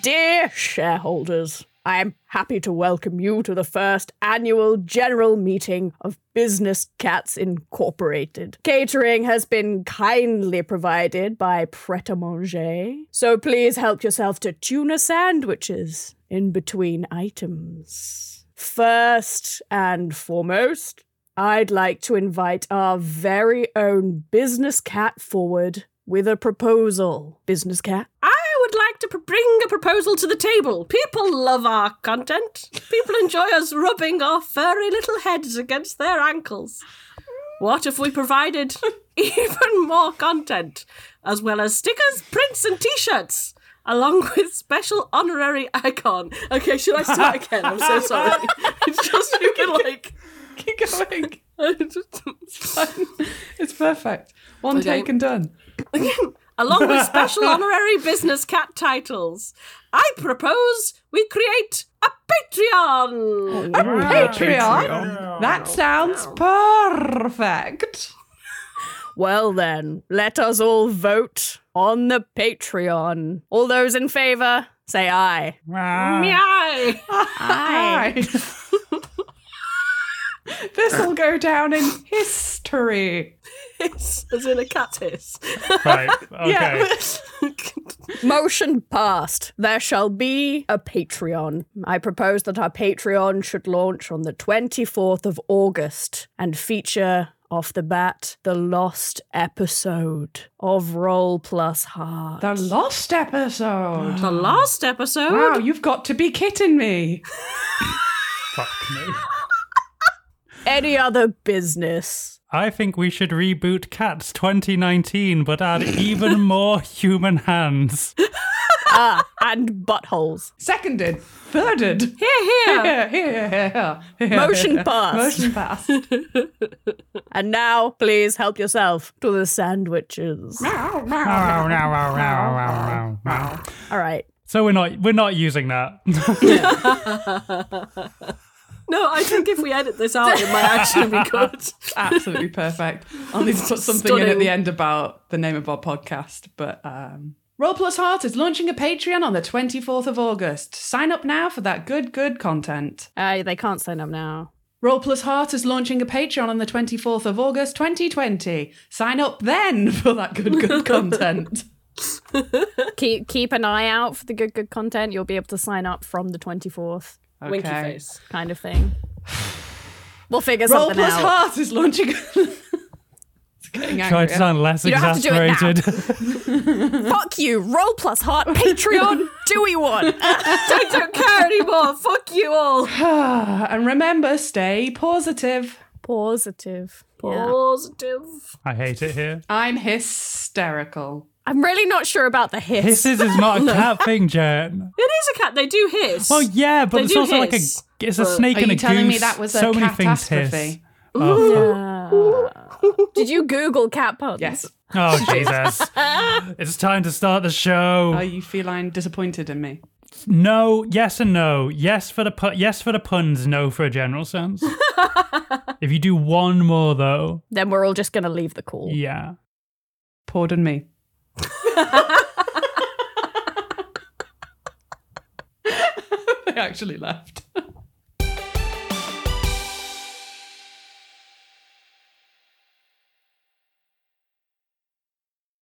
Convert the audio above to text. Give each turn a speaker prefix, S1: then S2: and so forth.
S1: Dear shareholders, I am happy to welcome you to the first annual general meeting of Business Cats Incorporated. Catering has been kindly provided by Pret a Manger, so please help yourself to tuna sandwiches in between items. First and foremost, I'd like to invite our very own Business Cat forward with a proposal. Business Cat?
S2: I would like to pr- bring a proposal to the table. People love our content. People enjoy us rubbing our furry little heads against their ankles. What if we provided even more content, as well as stickers, prints, and t shirts? Along with special honorary icon. Okay, should I start again? I'm so sorry. It's just you can like
S3: Keep going. It's fine. It's perfect. One
S2: Okay.
S3: take and done.
S2: along with special honorary business cat titles. I propose we create a Patreon.
S3: A Patreon. That sounds perfect.
S1: Well, then, let us all vote on the Patreon. All those in favour, say aye.
S2: Yay!
S3: Aye. this will go down in history.
S2: Hiss, as in a cat hiss.
S4: Right. Okay.
S3: Yeah.
S1: Motion passed. There shall be a Patreon. I propose that our Patreon should launch on the 24th of August and feature off the bat the lost episode of Roll Plus Hard.
S3: The lost episode.
S2: the last episode.
S3: Wow, you've got to be kidding me.
S4: Fuck me.
S1: Any other business?
S4: I think we should reboot Cats 2019, but add even more human hands.
S1: ah, and buttholes.
S3: Seconded. Thirded.
S2: Here, here.
S3: Here, here, here, here.
S1: Motion passed.
S3: Motion passed.
S1: And now, please help yourself to the sandwiches. All right.
S4: so we're not we're not using that.
S2: No, I think if we edit this out, it might actually be good.
S3: Absolutely perfect. I'll need to put something in at
S2: Stunning.
S3: the end about the name of our podcast. But um, Roll Plus Heart is launching a Patreon on the 24th of August. Sign up now for that good, good content.
S1: Uh, they can't sign up now.
S3: Roll Plus Heart is launching a Patreon on the 24th of August 2020. Sign up then for that good, good content.
S1: Keep keep an eye out for the good good content. You'll be able to sign up from the twenty fourth,
S2: Winky face.
S1: kind of thing. We'll figure
S3: Roll
S1: something
S3: Plus
S1: out.
S3: Heart is launching. it's getting
S4: Try to
S3: angry.
S4: sound less
S1: You don't have to do it now.
S4: exasperated.
S1: Fuck you, roll plus heart, Patreon. do we want?
S2: I don't care anymore. Fuck you all.
S3: Ah, and remember, stay positive.
S1: Positive. Yeah.
S2: Positive.
S4: I hate it here.
S3: I'm hysterical.
S1: I'm really not sure about the hiss.
S4: Hisses is not a cat thing, Jen.
S2: It is a cat. They do hiss.
S4: Well, yeah, but
S2: They
S4: it's
S2: do
S4: also
S2: hiss,
S4: like a it's a
S2: but-
S4: snake
S3: Are
S4: and a
S3: you
S4: goose.
S3: telling me that was a
S4: so many things hiss.
S3: catastrophe?
S4: Oh,
S1: Did you Google cat puns?
S3: Yes.
S4: fuck. oh Jesus! it's time to start the show.
S3: Are you feline disappointed in me?
S4: No, yes and no. Yes for the pu- yes for the puns, no for a general sense. if you do one more though,
S1: Then we're all just gonna leave the call.
S4: yeah.
S3: Pardon me. they actually left.